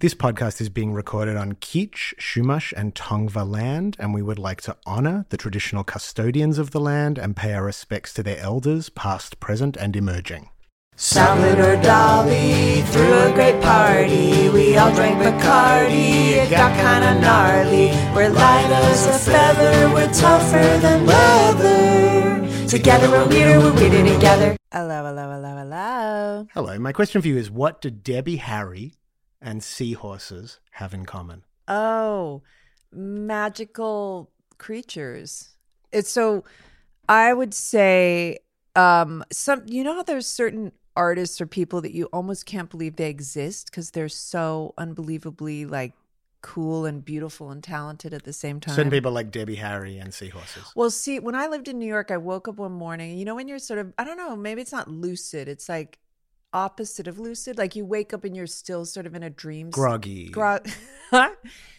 This podcast is being recorded on Keech, Shumash, and Tongva land, and we would like to honour the traditional custodians of the land and pay our respects to their elders, past, present, and emerging. Salvador Dali threw a great party. We all drank Bacardi. It got kinda gnarly. We're light as a feather. We're tougher than leather. Together we're weirder. We're weirder together. Hello, hello, hello, hello. Hello, my question for you is what do Debbie Harry and seahorses have in common? Oh, magical creatures. It's so I would say um some you know how there's certain artists or people that you almost can't believe they exist cuz they're so unbelievably like cool and beautiful and talented at the same time. Certain people like Debbie Harry and seahorses. Well, see, when I lived in New York, I woke up one morning, you know, when you're sort of, I don't know, maybe it's not lucid, it's like opposite of lucid. Like you wake up and you're still sort of in a dream. Groggy, Gro- hungover,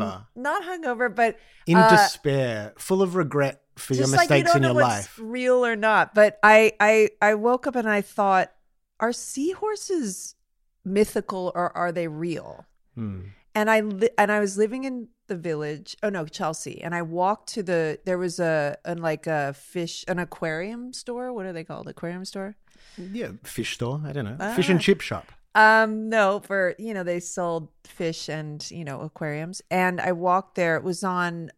Um, not hungover, but in uh, despair, full of regret for your just like you mistakes don't in know your what's life. real or not. But I, I, I woke up and I thought, are seahorses mythical or are they real? Hmm. and I li- and I was living in the village. Oh no, Chelsea. And I walked to the there was a an like a fish an aquarium store. What are they called? Aquarium store. Yeah, fish store. I don't know. Ah. Fish and chip shop. Um, no, for you know they sold fish and you know aquariums. And I walked there. It was on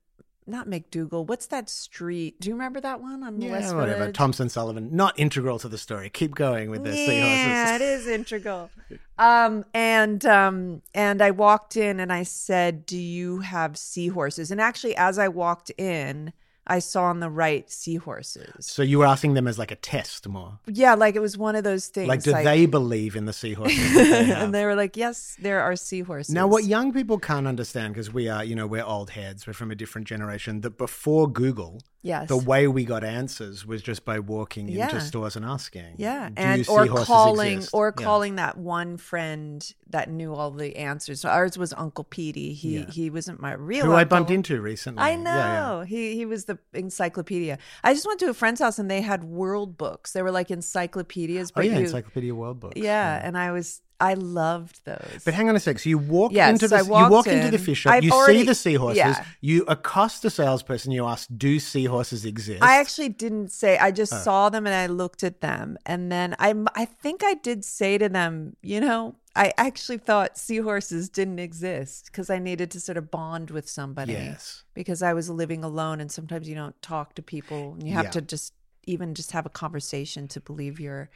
not McDougal. What's that street? Do you remember that one on Yeah, West whatever. Village? Thompson Sullivan, not integral to the story. Keep going with the Yeah, it seahorses. is integral. Um, and um, and I walked in and I said, "Do you have seahorses?" And actually, as I walked in, I saw on the right seahorses. So you were asking them as like a test more. Yeah, like it was one of those things. like, do they believe in the seahorses? that they have? and they were like, "Yes, there are seahorses." Now, what young people can't understand, because we are, you know, we're old heads, we're from a different generation, that before Google, Yes. the way we got answers was just by walking Yeah. into stores and asking. yeah, "Do you and see or horses calling exist?" or Yeah. calling that one friend that knew all the answers. So ours was Uncle Petey. He Yeah. he wasn't my real. Who I uncle. bumped into recently. I Yeah, know. yeah. He he was the encyclopedia. I just went to a friend's house and they had world books. They were like encyclopedias, Oh, but yeah, you, Encyclopedia World Books. yeah, and I was I loved those. But hang on a sec. So you walk Yes, into I the you walked walk into the in. fish shop. I've you already- see the seahorses. yeah. You accost the salesperson. You ask, "Do seahorses exist?" I actually didn't say. I just Oh. saw them and I looked at them, and then I m- I think I did say to them, you know, I actually thought seahorses didn't exist because I needed to sort of bond with somebody. yes. Because I was living alone, and sometimes you don't talk to people, and you have Yeah. to just even just have a conversation to believe you're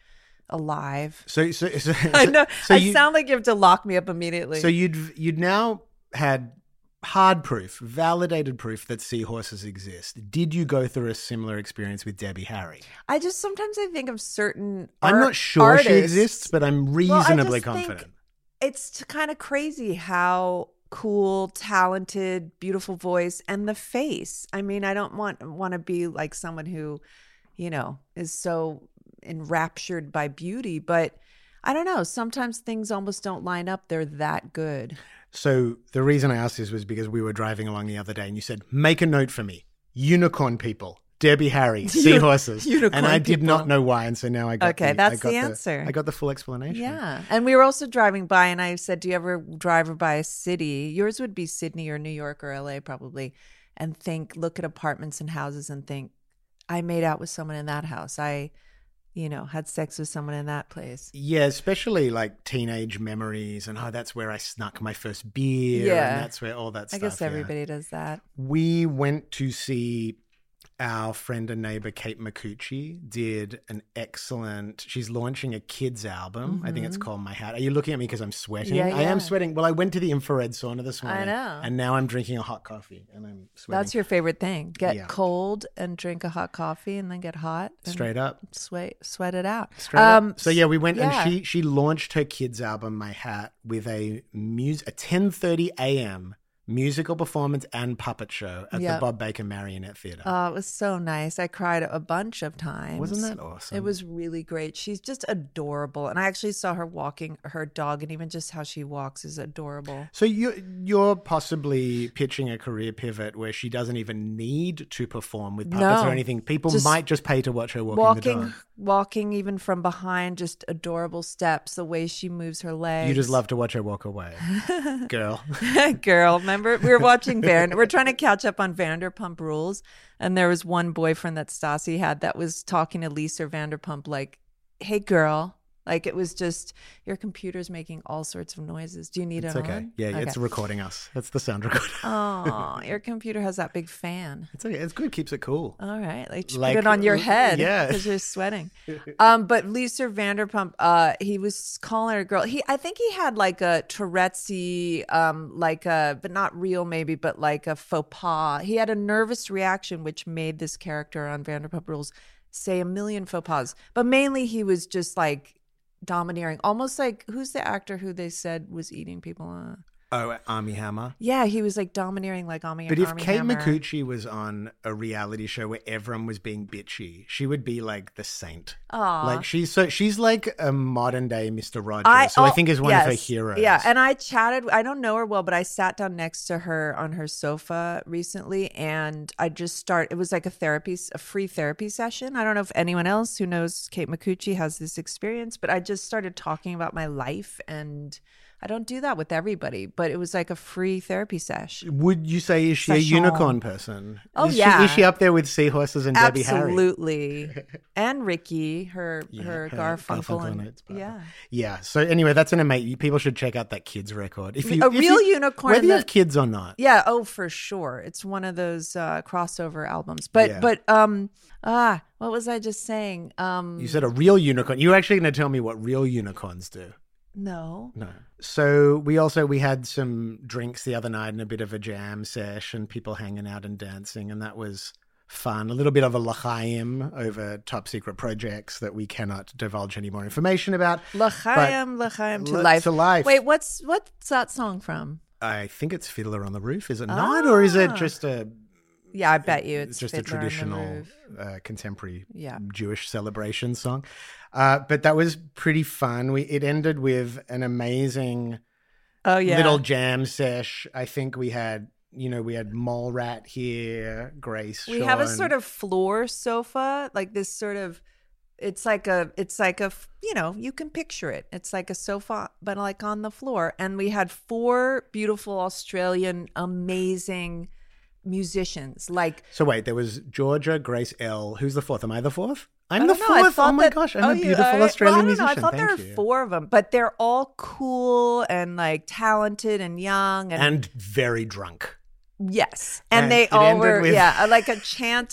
alive. So so, so I know. So I you, sound like you have to lock me up immediately. so you'd you'd now had hard proof, validated proof that seahorses exist. Did you go through a similar experience with Debbie Harry? I just sometimes I think of certain. I'm art- not sure she artists. exists, but I'm Well, I just reasonably think confident. It's kind of crazy how cool, talented, beautiful voice and the face. I mean, I don't want want to be like someone who, you know, is so enraptured by beauty, but I don't know. Sometimes things almost don't line up. They're that good. So the reason I asked this was because we were driving along the other day, and you said, "Make a note for me: unicorn people, Debbie Harry, seahorses." Unicorn and I did not people. know why, and so now I got Okay, the, that's I got the answer. I got the full explanation. Yeah. And we were also driving by, and I said, Do you ever drive or by a city? Yours would be Sydney or New York or LA, probably. And think, look at apartments and houses and think, I made out with someone in that house. I, you know, had sex with someone in that place. Yeah, especially like teenage memories, and oh, that's where I snuck my first beer, Yeah. and that's where all that I stuff. guess yeah. everybody does that. We went to see our friend and neighbor Kate Micucci did an excellent. She's launching a kids album. I think it's called My Hat. Are you looking at me because I'm sweating? Mm-hmm. Yeah, I yeah. am sweating. Well, I went to the infrared sauna this morning. know. And now I'm drinking a hot coffee, and I'm sweating. That's your favorite thing. Get Yeah. cold and drink a hot coffee and then get hot. and straight up. Sweat, sweat it out. Um, Straight up. So yeah, we went yeah. and she she launched her kids album My Hat with a mus a 10:30 a.m. musical performance and puppet show at the Yeah. Bob Baker Marionette Theatre. Oh, it was so nice. I cried a bunch of times. Wasn't that awesome? It was really great. She's just adorable. And I actually saw her walking her dog, and even just how she walks is adorable. So you you're possibly pitching a career pivot where she doesn't even need to perform with puppets No. or anything. People Just might just pay to watch her walking, the Walking, dog. walking even from behind, just adorable steps, the way she moves her legs. You just love to watch her walk away, girl. Girl, remember we were watching Vander. we're trying to catch up on Vanderpump Rules, and there was one boyfriend that Stassi had that was talking to Lisa Vanderpump like, "Hey, girl." Like it was just your computer's making all sorts of noises. Do you need It's it okay. on? Yeah, it's recording us. That's the sound recorder. Oh, your computer has that big fan. It's okay. It's good. Keeps it cool. All right, like just Like, put it on your uh, head, yeah. because you're sweating. Um, but Lisa Vanderpump, uh, he was calling her a girl. He, I think he had like a Tourette'sy, um, like a, but not real maybe, but like a faux pas. He had a nervous reaction, which made this character on Vanderpump Rules say a million faux pas. But mainly, he was just like domineering, almost like who's the actor who they said was eating people? Uh, Oh, Army Hammer. yeah, he was like domineering, like Ami. But if Armie Kate Hammer. McCucci was on a reality show where everyone was being bitchy, she would be like the saint. Aw. Like she's so she's like a modern day Mr. Rogers. so I oh, think is one of her yes. heroes. Yeah, and I chatted. I don't know her well, but I sat down next to her on her sofa recently, and I just start. It was like a therapy, a free therapy session. I don't know if anyone else who knows Kate McCucci has this experience, but I just started talking about my life, and I don't do that with everybody, but it was like a free therapy sesh. Would you say is she a Session. unicorn person? Oh, is she, yeah. is she up there with seahorses and Debbie Harry? Absolutely, and Ricky, her Yeah, her, her Garfunkel, Garfunkel and, and its partner. yeah. Yeah. So anyway, that's an amazing. People should check out that kids record. If you if A real you- unicorn whether you that- have kids or not. Yeah, oh for sure. It's one of those uh crossover albums. But Yeah. but um ah, what was I just saying? Um You said a real unicorn. You're actually going to tell me what real unicorns do. no. No. So we also we had some drinks the other night and a bit of a jam sesh and people hanging out and dancing and that was fun. A little bit of a l'chaim over top secret projects that we cannot divulge any more information about. L'chaim, l'chaim to Look life. to life. Wait, what's what's that song from? I think it's Fiddler on the Roof, is it not? Or is it Ah. just a Yeah, I bet you it's it's just a Fiddler on the traditional Roof. uh, contemporary Yeah. Jewish celebration song. Uh, but that was pretty fun. We it ended with an amazing Oh yeah. little jam sesh. I think we had, you know, we had Mole Rat here, Grace. we have a Sean. sort of floor sofa, like this sort of it's like a it's like a f- you know you can picture it it's like a sofa but like on the floor and we had four beautiful australian amazing musicians like So wait, there was Georgia, Grace L. Who's the fourth? Am I the fourth? I I'm the don't know, I fourth. Oh thought my that- gosh, I'm oh, a you- beautiful all right. Australian well, I don't know, musician. I thought Thank there you. were four of them, but they're all cool and like talented and young and, and very drunk. yes, and, and they it all ended were with- yeah, like a chant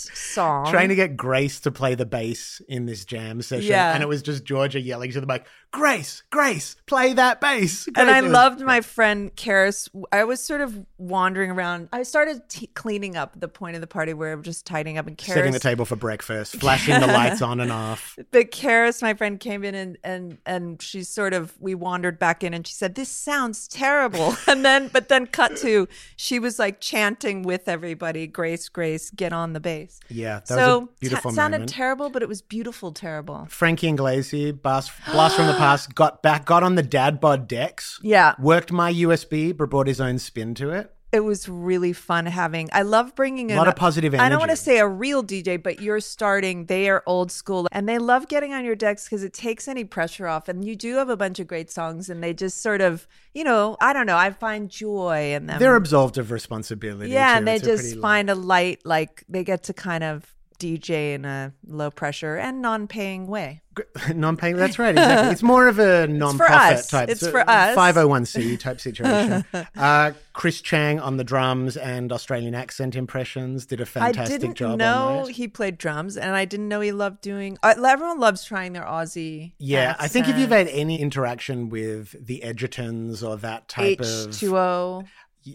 song. Trying to get Grace to play the bass in this jam session, Yeah. and it was just Georgia yelling to the mic, "Grace, Grace, play that bass!" Grace. and I It was- loved my friend Karis. I was sort of wandering around. I started t- cleaning up the point of the party where I'm just tidying up, and Karis setting the table for breakfast, flashing the lights on and off. But Karis, my friend, came in and and and she sort of we wandered back in and she said, This sounds terrible. And then but then cut to she was like chanting with everybody, Grace, Grace, get on the bass. Yeah, that so was a beautiful ta- sounded moment. terrible, but it was beautiful, terrible. Frankie Inglesi, blast, blast from the past, got back, got on the dad bod decks. Yeah. Worked my USB, but brought his own spin to it. It was really fun having. I love bringing in Lot of positive I don't want to energy. say a real DJ, but you're starting. They are old school, and they love getting on your decks because it takes any pressure off. And you do have a bunch of great songs, and they just sort of, you know, I don't know. I find joy in them. They're absolved of responsibility. Um, yeah, too. and they It's a just pretty find a light. Like they get to kind of DJ in a low pressure and non paying way. non-paying. That's right. Exactly. It's more of a non-profit us. type. It's for us. Five hundred one c type situation. uh, Chris Chang on the drums and Australian accent impressions did a fantastic I didn't job. know on that. he played drums, and I didn't know he loved doing. Uh, everyone loves trying their Aussie. Yeah, I think if you've accent. had any interaction with the Edgertons or that type of, H2O,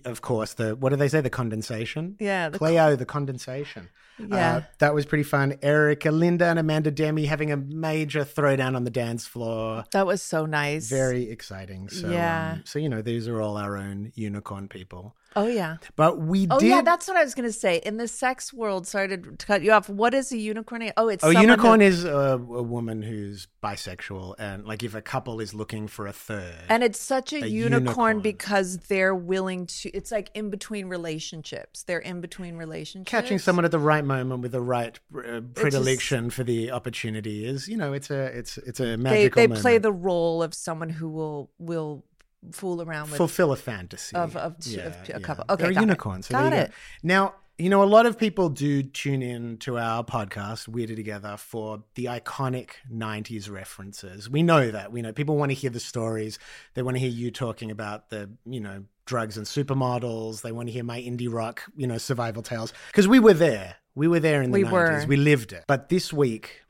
of course, the what do they say, the condensation? yeah, the, Cleo, the condensation. yeah. Uh, that was pretty fun. Erica, Linda, and Amanda Demi having a major throwdown on the dance floor. that was so nice. Very exciting. So, Yeah. um, so you know, these are all our own unicorn people. Oh yeah. But we Oh did. yeah, that's what I was gonna say. In the sex world, sorry to cut you off. What is a unicorn? Oh, it's a someone unicorn who- is a, a woman who's bisexual, and like if a couple is looking for a third, and it's such a, a unicorn, unicorn. because they're willing to. It's like in between relationships. They're in between relationships. catching someone at the right moment with the right uh, predilection for the opportunity is, you know, it's a it's it's a They magical. they play moment. the role of someone who will will fool around with. fulfill a fantasy of- of two- of two- a couple. Okay, they're got it. unicorns. So there Got you go. it. Now you know a lot of people do tune in to our podcast Weirder Together for the iconic '90s references. We know that. We know people want to hear the stories. They want to hear you talking about the you know drugs and supermodels. They want to hear my indie rock you know survival tales because we were there. We were there in the We 90s. were. We lived it. But this week,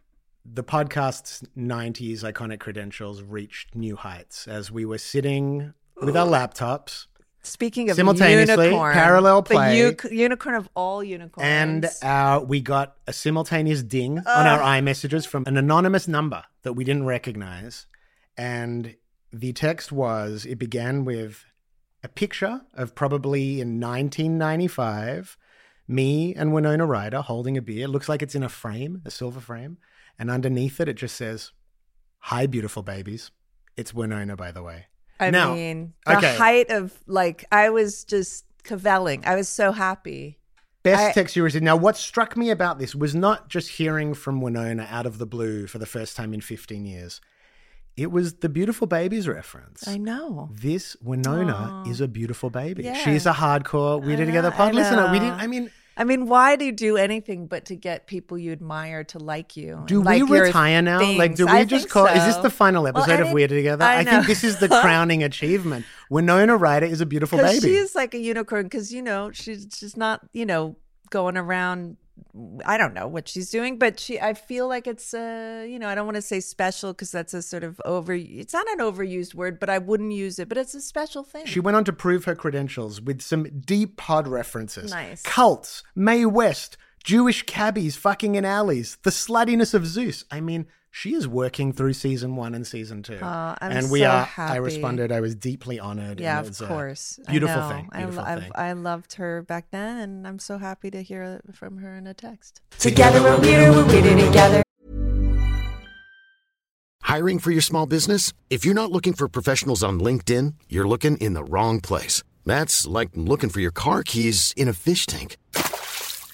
the podcast's 90s iconic credentials reached new heights as we were sitting with our laptops Speaking of Simultaneously, unicorn, parallel play. the u- unicorn of all unicorns, and uh, we got a simultaneous ding on our iMessages from an anonymous number that we didn't recognize. And the text was it began with a picture of probably in 1995, me and Winona Ryder holding a beer. Looks like it's in a frame, a silver frame. And underneath it, it just says, Hi, beautiful babies. It's Winona, by the way. I now- mean, the okay. height of like I was just cavelling. I was so happy. Best I- text you received. Now, what struck me about this was not just hearing from Winona out of the blue for the first time in 15 years. It was the beautiful babies reference. I know. This Winona Aw. is a beautiful baby. Yeah. She's a hardcore We I Did Together know, pod I listener. We know. didn't. I mean, I mean, why do you do anything but to get people you admire to like you? and do like we your retire now? things? Like, do we I just think call? Is this so. the final Well, episode and of it- Weird Together? I, know. think this is the crowning achievement. Winona Ryder is a beautiful 'Cause baby. she's like a unicorn. Because you know, she's she's not you know going around. I don't know what she's doing, but she. I feel like it's uh you know I don't want to say special because that's a sort of over. It's not an overused word, but I wouldn't use it. But it's a special thing. She went on to prove her credentials with some deep pod references. Nice. Cults, Mae West, Jewish cabbies fucking in alleys, the sluttiness of Zeus. I mean, she is working through season one and season two. Aw, I'm and we so are, I happy. responded, I was deeply honored. yeah, and it of was a course. I Beautiful know. thing. I Beautiful lo- I've- thing. I loved her back then, and I'm so happy to hear from her in a text. Together we're weirder, we're weirder together. Hiring for your small business? If you're not looking for professionals on LinkedIn, you're looking in the wrong place. That's like looking for your car keys in a fish tank.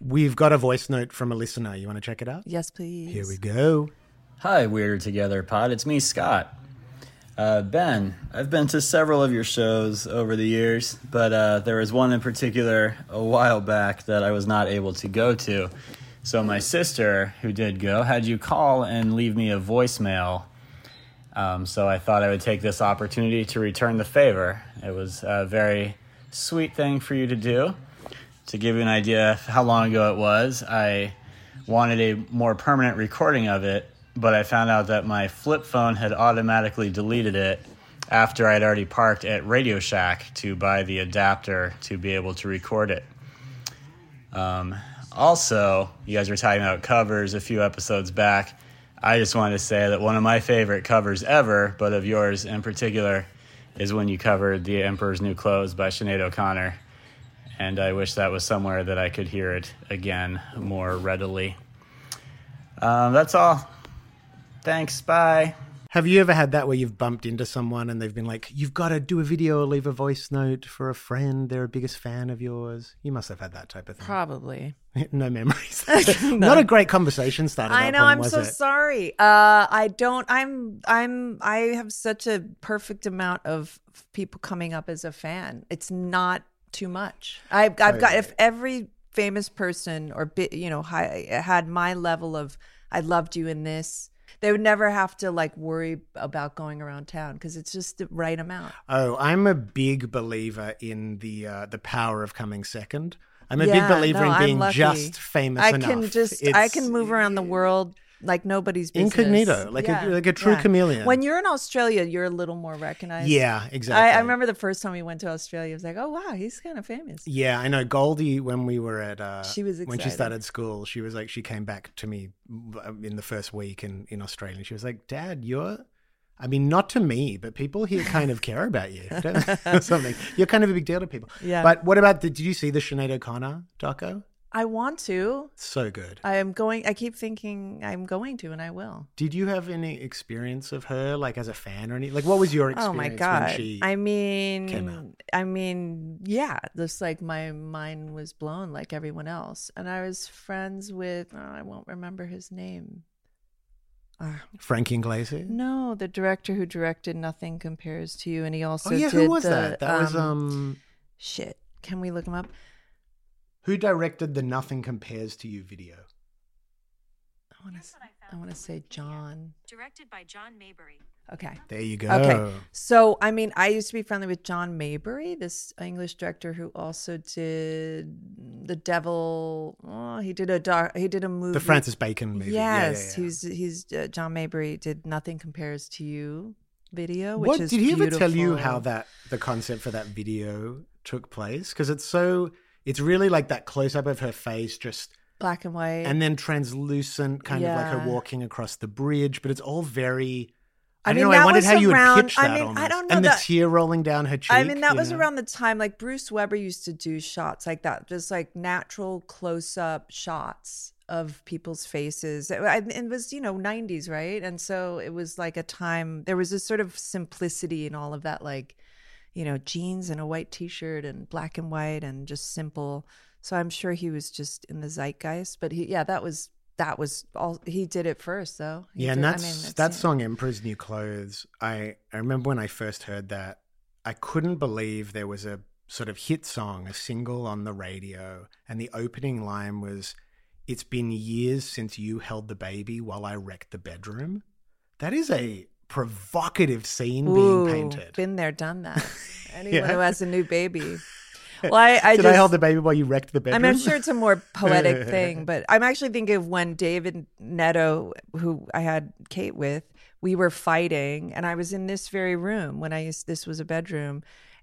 We've got a voice note from a listener. You want to check it out? Yes, please. Here we go. Hi, Weirder Together Pod. It's me, Scott. Uh, ben, I've been to several of your shows over the years, but uh, there was one in particular a while back that I was not able to go to. So my sister, who did go, had you call and leave me a voicemail. Um, so I thought I would take this opportunity to return the favor. It was a very sweet thing for you to do. To give you an idea of how long ago it was, I wanted a more permanent recording of it, but I found out that my flip phone had automatically deleted it after I'd already parked at Radio Shack to buy the adapter to be able to record it. Um, also, you guys were talking about covers a few episodes back. I just wanted to say that one of my favorite covers ever, but of yours in particular, is when you covered The Emperor's New Clothes by Sinead O'Connor. And I wish that was somewhere that I could hear it again more readily. Um, that's all. Thanks. Bye. Have you ever had that where you've bumped into someone and they've been like, "You've got to do a video or leave a voice note for a friend. They're a biggest fan of yours." You must have had that type of thing. Probably. no memories. Not a great conversation starter. at I that know. point, I'm was so it? sorry. Uh, I don't. I'm. I'm. I have such a perfect amount of people coming up as a fan. It's not too much. I've. I've got. If every famous person or bi- you know hi, had my level of I loved you in this, they would never have to like worry about going around town because it's just the right amount. Oh, I'm a big believer in the uh, the power of coming second. I'm a Yeah, big believer no, in I'm being lucky. just famous I enough. can just. I It's- can move around the world. Like nobody's business. Incognito, like a- like a true chameleon. When you're in Australia, you're a little more recognized. Yeah, exactly. I, I remember the first time we went to Australia, I was like, oh, wow, he's kind of famous. Yeah, I know Goldie. When we were at, uh, She was when she excited. started school. She was like, she came back to me um, in the first week in in Australia. and She was like, "Dad, you're." I mean, not to me, but people here kind of care about you don't they? or something. You're kind of a big deal to people. Yeah. But what about the? Did you see the Sinead O'Connor doco? I want to. So good. I am going, I keep thinking I'm going to, and I will. Did you have any experience of her, like as a fan or any? Like, what was your Oh experience my God. when she? I mean, came out? I mean, yeah, just like my mind was blown like everyone else. And I was friends with, oh, I won't remember his name. Ah, Frank Inglese. no, the director who directed Nothing Compares to You. And he also oh yeah, did who was the, that? That was um. shit. Can we look him up? Who directed the Nothing Compares to You video? I want to. I want to say John. Directed by John Mabry. Okay. There you go. Okay. So, I mean, I used to be friendly with John Mabry, this English director who also did The Devil. Oh, he did a doc, he did a movie. The Francis Bacon movie. Yeah, yeah, Yes, yeah. he's he's uh, John Mabry did Nothing Compares to You video, which What is did he ever tell you beautiful. how that the concept for that video took place? Because it's so it's really like that close up of her face, just black and white and then translucent, kind of like Yeah. her walking across the bridge. But it's all very. I, I mean, don't know. I that wondered was how you around- would pitch I that. mean, I almost. don't know And the that- tear rolling down her cheek. I mean, that you was know? around the time like Bruce Weber used to do shots like that, just like natural close up shots of people's faces. It, I- it was, you know, 90s, right? And so it was like a time, there was a sort of simplicity in all of that, like, you know, jeans and a white t shirt and black and white and just simple. So I'm sure he was just in the zeitgeist. But he, yeah, that was, that was all, he did it first though. He Yeah, and did- I that's mean, it's- that yeah. song "Emperor's New Clothes." I I remember when I first heard that, I couldn't believe there was a sort of hit song, a single on the radio, and the opening line was, "It's been years since you held the baby while I wrecked the bedroom." That is a provocative scene Ooh, being painted. Been there, done that. Anyone Yeah. who has a new baby. Well, I, I Did just, I hold the baby while you wrecked the I bedroom? mean, I'm sure it's a more poetic thing, but I'm actually thinking of when David Neto, who I had Kate with, we were fighting, and I was in this very room when I used this was a bedroom,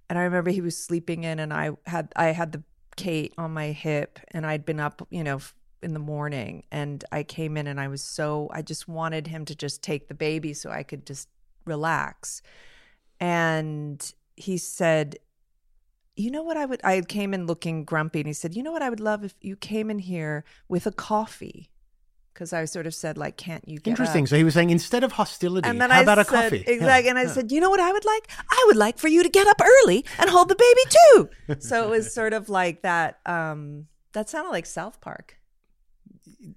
and I remember he was sleeping in, and I had I had the Kate on my hip, and I'd been up, you know. f- In the morning, and I came in, and I was so I just wanted him to just take the baby so I could just relax and he said you know what i would i came in looking grumpy and he said you know what i would love if you came in here with a coffee because i sort of said like can't you get Interesting. up? So he was saying instead of hostility, and then how I about a said, coffee? Yeah, Exactly. And I yeah. said, you know what I would like? I would like for you to get up early and hold the baby too. so it was sort of like that. Um, that sounded like South Park.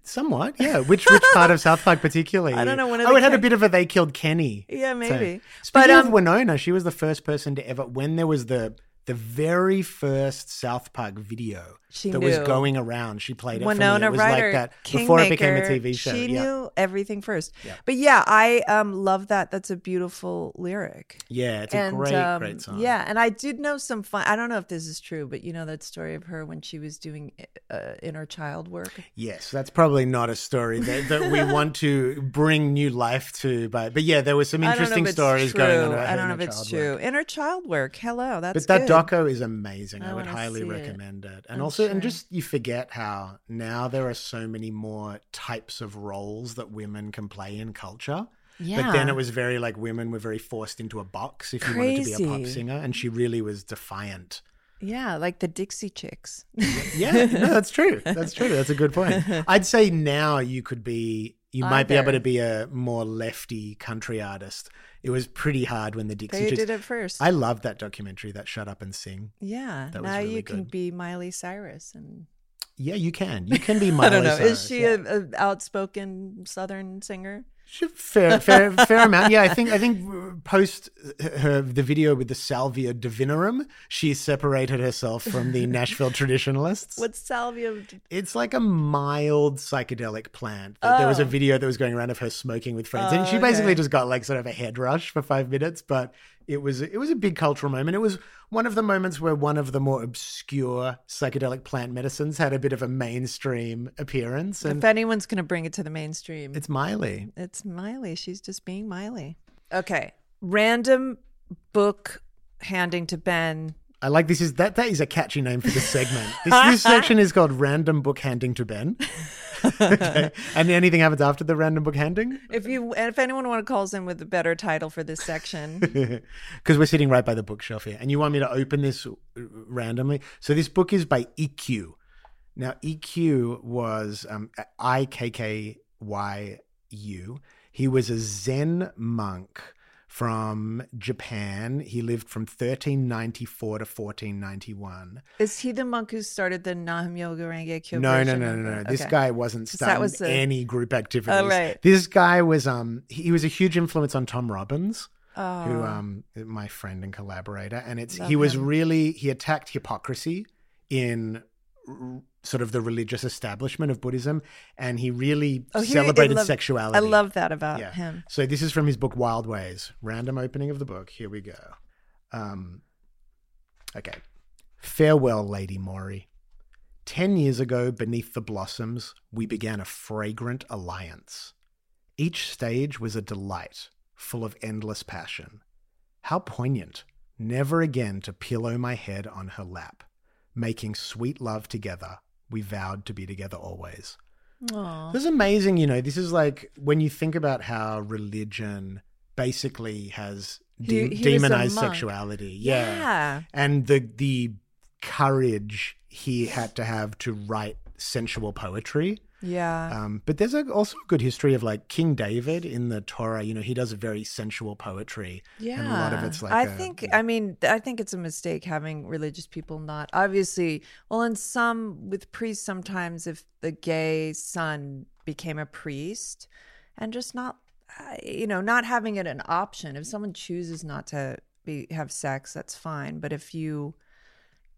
Somewhat, yeah. Which which part of South Park particularly? I don't know, one of oh, the it had a cha- bit of a they killed Kenny. Yeah, So- maybe. Speaking But, of um, Winona, she was the first person to ever when there was the the very first South Park video She that was knew. going around. She played it Winona for me. It was Ryder, like that Kingmaker, before it became a TV show. She yeah. knew everything first. But yeah, I um, love that. That's a beautiful lyric. yeah, it's a great, um, great song. Yeah, and I did know some fun. I don't know if this is true, but you know that story of her when she was doing uh, inner child work. Yes, that's probably not a story that, that we want to bring new life to, but but yeah, there were some I don't know interesting if it's stories true. going on. about I her don't know and if her it's child work. true. Inner child work. Hello, that's but that good. Oh, doco is amazing. I, I would wanna highly see it. recommend it. And I'm also, and sure. just you forget how now there are so many more types of roles that women can play in culture. But then Yeah. it was very like women were very forced into a box if you wanted to be a pop Crazy. singer, and she really was defiant. Yeah, like the Dixie Chicks. Yeah, no, that's true. That's true. That's a good point. I'd say now you could be you might be able either. to be a more lefty country artist. It was pretty hard when the Dixie They Chicks. did it first. I love that documentary, that Shut Up and Sing. yeah. That was now really you can good. be Miley Cyrus and Yeah, you can. You can be Miley I don't know. Cyrus, Is she yeah. a an outspoken Southern singer? She- fair, fair, fair amount. Yeah, I think I think post her the video with the salvia divinorum, she separated herself from the Nashville traditionalists. What's Salvia? It's like a mild psychedelic plant. But There was a Oh. video that was going around of her smoking with friends, and Oh, she basically okay. just got like sort of a head rush for five minutes. But it was it was a big cultural moment. It was one of the moments where one of the more obscure psychedelic plant medicines had a bit of a mainstream appearance, and If anyone's going to bring it to the mainstream, it's Miley. It's Miley. She's just being Miley. Okay. Random book handing to Ben. I like this is that that is a catchy name for this segment. This, this section is called Random Book Handing to Ben. okay. And anything happens after the random book handing? If you and if anyone want to calls in with a better title for this section, Because we're sitting right by the bookshelf here. And you want me to open this uh, randomly. So this book is by EQ. Now EQ was um I K K Y U. He was a Zen monk from Japan. He lived from 1394 to 1491. is he the monk who started the Nahum Yoga Renge Kyo? No, no, version no, of no, it? no. This Okay. guy wasn't 'Cause starting that was the- Oh, any group activities. right. This guy was um he, he was a huge influence on Tom Robbins, Oh, who um my friend and collaborator, and it's Love he was him. really he attacked hypocrisy in r- sort of the religious establishment of Buddhism, and he really Oh, he- I celebrated love- sexuality. I love that about Yeah. him. So this is from his book Wild Ways. Random opening of the book. Here we go. Um, okay. Farewell, Lady Maury. Ten years ago, beneath the blossoms, we began a fragrant alliance. Each stage was a delight, full of endless passion. How poignant, never again to pillow my head on her lap. Making sweet love together, we vowed to be together always. Aw. This is amazing, you know. This is like when you think about how religion basically has de- He- he was a demonized monk. sexuality. Yeah. Yeah. And the the courage he had to have to write sensual poetry. Yeah. Um, but there's a, also a good history of like King David in the Torah. You know, he does very sensual poetry. Yeah, And a lot of it's like I a- think. I mean, th- I think it's a mistake having religious people not obviously. Well, in some with priests, sometimes if the gay son became a priest, and just not, uh, you know, not having it an option. If someone chooses not to be have sex, that's fine. But if you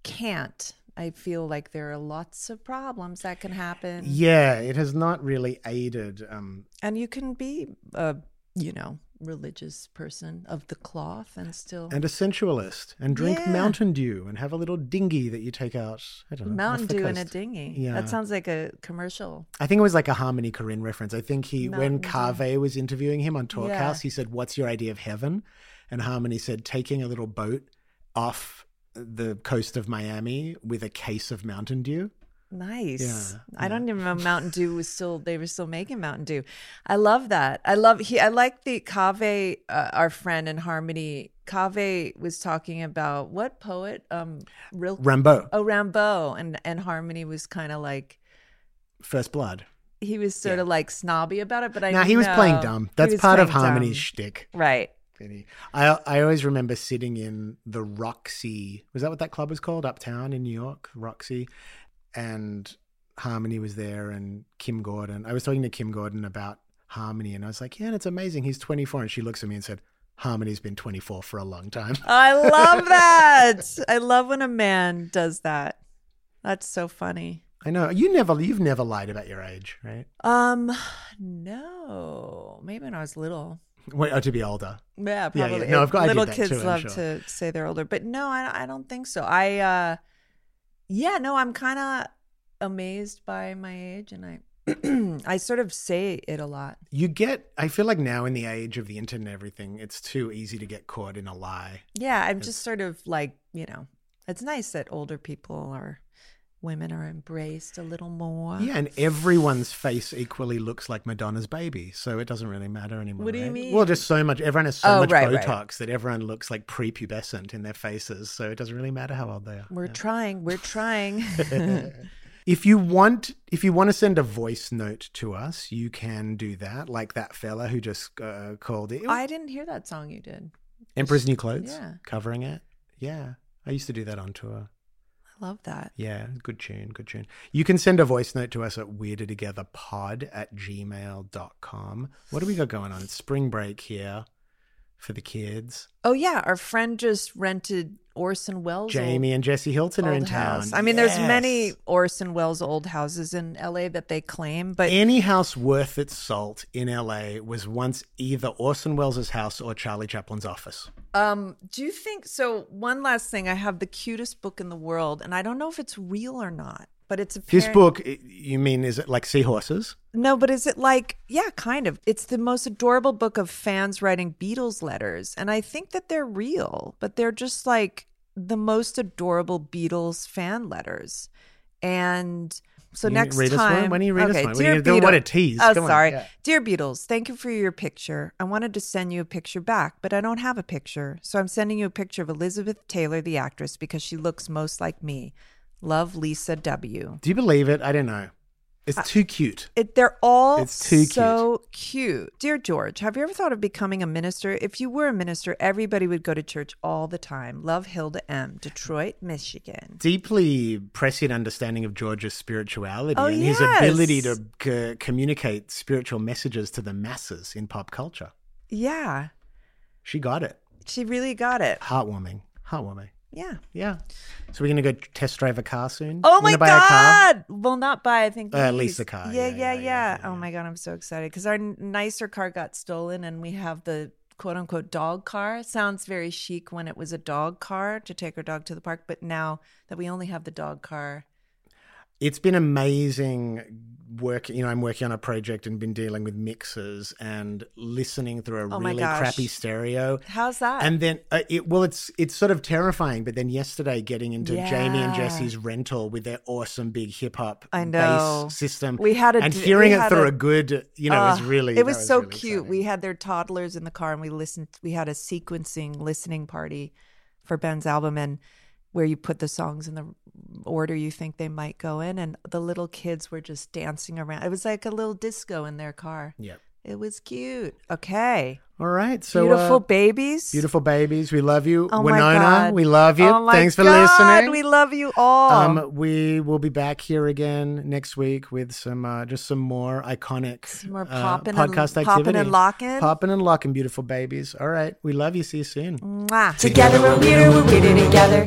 can't, I feel like there are lots of problems that can happen. Yeah, it has not really aided um, and you can be a, you know, religious person of the cloth and still and a sensualist and drink Yeah. Mountain Dew and have a little dinghy that you take out. I don't know. Mountain off the Dew in a coast. dinghy. Yeah. That sounds like a commercial. I think it was like a Harmony Korine reference. I think he, when Mountain Dew. Carvey was interviewing him on Talkhouse, Yeah. he said, What's your idea of heaven? And Harmony said, Taking a little boat off the coast of Miami with a case of Mountain Dew. Nice. Yeah, I don't even know Mountain Dew was still they were still making Mountain Dew. I love that. I love he I like the Cave uh, our friend in Harmony Cave was talking about what poet um real Rambo, Oh Rambo and and Harmony was kind of like First Blood. he was sort of like snobby about it, but I now, he was playing know- dumb. he That's was part of playing Harmony's dumb. shtick. right. Vinny. I I always remember sitting in the Roxy. Was that what that club was called uptown in New York? Roxy, and Harmony was there, and Kim Gordon. I was talking to Kim Gordon about Harmony, and I was like, "Yeah, and it's amazing. He's 24." And she looks at me and said, "Harmony's been 24 for a long time." I love that. I love when a man does that. That's so funny. I know you never you've never lied about your age, right? Um, no, maybe when I was little. Wait, oh, to be older. Yeah, Yeah, yeah. probably. No, I've got- I did little that kids too, I'm love sure. to say they're older, but no, I, I don't think so. I, uh, yeah, no, I'm kind of amazed by my age, and I, I sort of say it a lot. You get. I feel like now in the age of the internet and everything, it's too easy to get caught in a lie. Yeah, I'm just sort of like you know, it's nice that older people or women are embraced a little more. Yeah, and everyone's face equally looks like Madonna's baby, so it doesn't really matter anymore. What do you right? mean? Well, just so much. Everyone has so Oh, much right, right. Botox that everyone looks like prepubescent in their faces, so it doesn't really matter how old they are. We're Yeah. trying. We're trying. If you want, if you want to send a voice note to us, you can do that. Like that fella who just uh, called it. I didn't hear that song you did. Emperor's New Clothes. Yeah. Covering it. Yeah. I used to do that on tour. I love that. Yeah, good tune, good tune. You can send a voice note to us at weirdertogetherpod at gmail.com. What do we got going on? It's spring break here for the kids. Oh yeah, our friend just rented Orson Welles. old- Jamie and Jesse Hilton are old in town. house. I mean, there's Yes. many Orson Welles old houses in LA that they claim, but Any house worth its salt in LA was once either Orson Welles' house or Charlie Chaplin's office. Um, do you think so? One last thing, I have the cutest book in the world, and I don't know if it's real or not, but it's a This book, i- you mean, is it like Seahorses? No, but is it like, yeah, kind of. It's the most adorable book of fans writing Beatles letters, and I think that they're real, but they're just like the most adorable Beatles fan letters. And so You next read us one? time, Why don't you read us okay, one? What are dear you gonna do? What a Beatles- tease. Oh, Come on. sorry, Yeah. dear Beatles. Thank you for your picture. I wanted to send you a picture back, but I don't have a picture, so I'm sending you a picture of Elizabeth Taylor, the actress, because she looks most like me. Love, Lisa W. Do you believe it? I don't know. It's Uh, too cute. It, they're all It's too so cute. Dear George, have you ever thought of becoming a minister? If you were a minister, everybody would go to church all the time. Love Hilda M., Detroit, Michigan. deeply prescient understanding of George's spirituality Oh, and his yes. ability to c- communicate spiritual messages to the masses in pop culture. Yeah, She got it. she really got it. Heartwarming. Heartwarming. Yeah. Yeah. So we're going to go test drive a car soon. Oh my Wanna buy a car? God! Well, not buy. I think Uh, at lease. least the car. Yeah yeah Yeah, yeah, yeah, yeah, yeah, Oh my God, I'm so excited because our n- nicer car got stolen, and we have the quote unquote dog car. Sounds very chic when it was a dog car to take our dog to the park, but now that we only have the dog car, It's been amazing work. You know, I'm working on a project and been dealing with mixers and listening through a Oh my really gosh. crappy stereo. how's that? And then uh, it well, it's it's sort of terrifying. But then yesterday, getting into Jamie and Yeah. Jesse's rental with their awesome big hip hop I know. bass system, We had a and d- hearing we it had through a, a- good, you know, it was Ugh, really Ah, It was, that so really cute. exciting. We had their toddlers in the car, and we listened. We had a sequencing listening party for Ben's album, and where you put the songs in the order you think they might go in, and the little kids were just dancing around. It was like a little disco in their car. yeah. It was cute. Okay, All right, so beautiful uh, babies. beautiful babies. We love you, Oh my Winona. God. We love you. Oh my Thanks for God, listening. We love you all. um, we will be back here again next week with some uh, just some more iconic Some more uh, poppin' and- podcast activity, poppin' and lockin'. popping and locking, beautiful babies. All right, we love you. See you soon. Mwah. Together we're weirder, we're weirder together.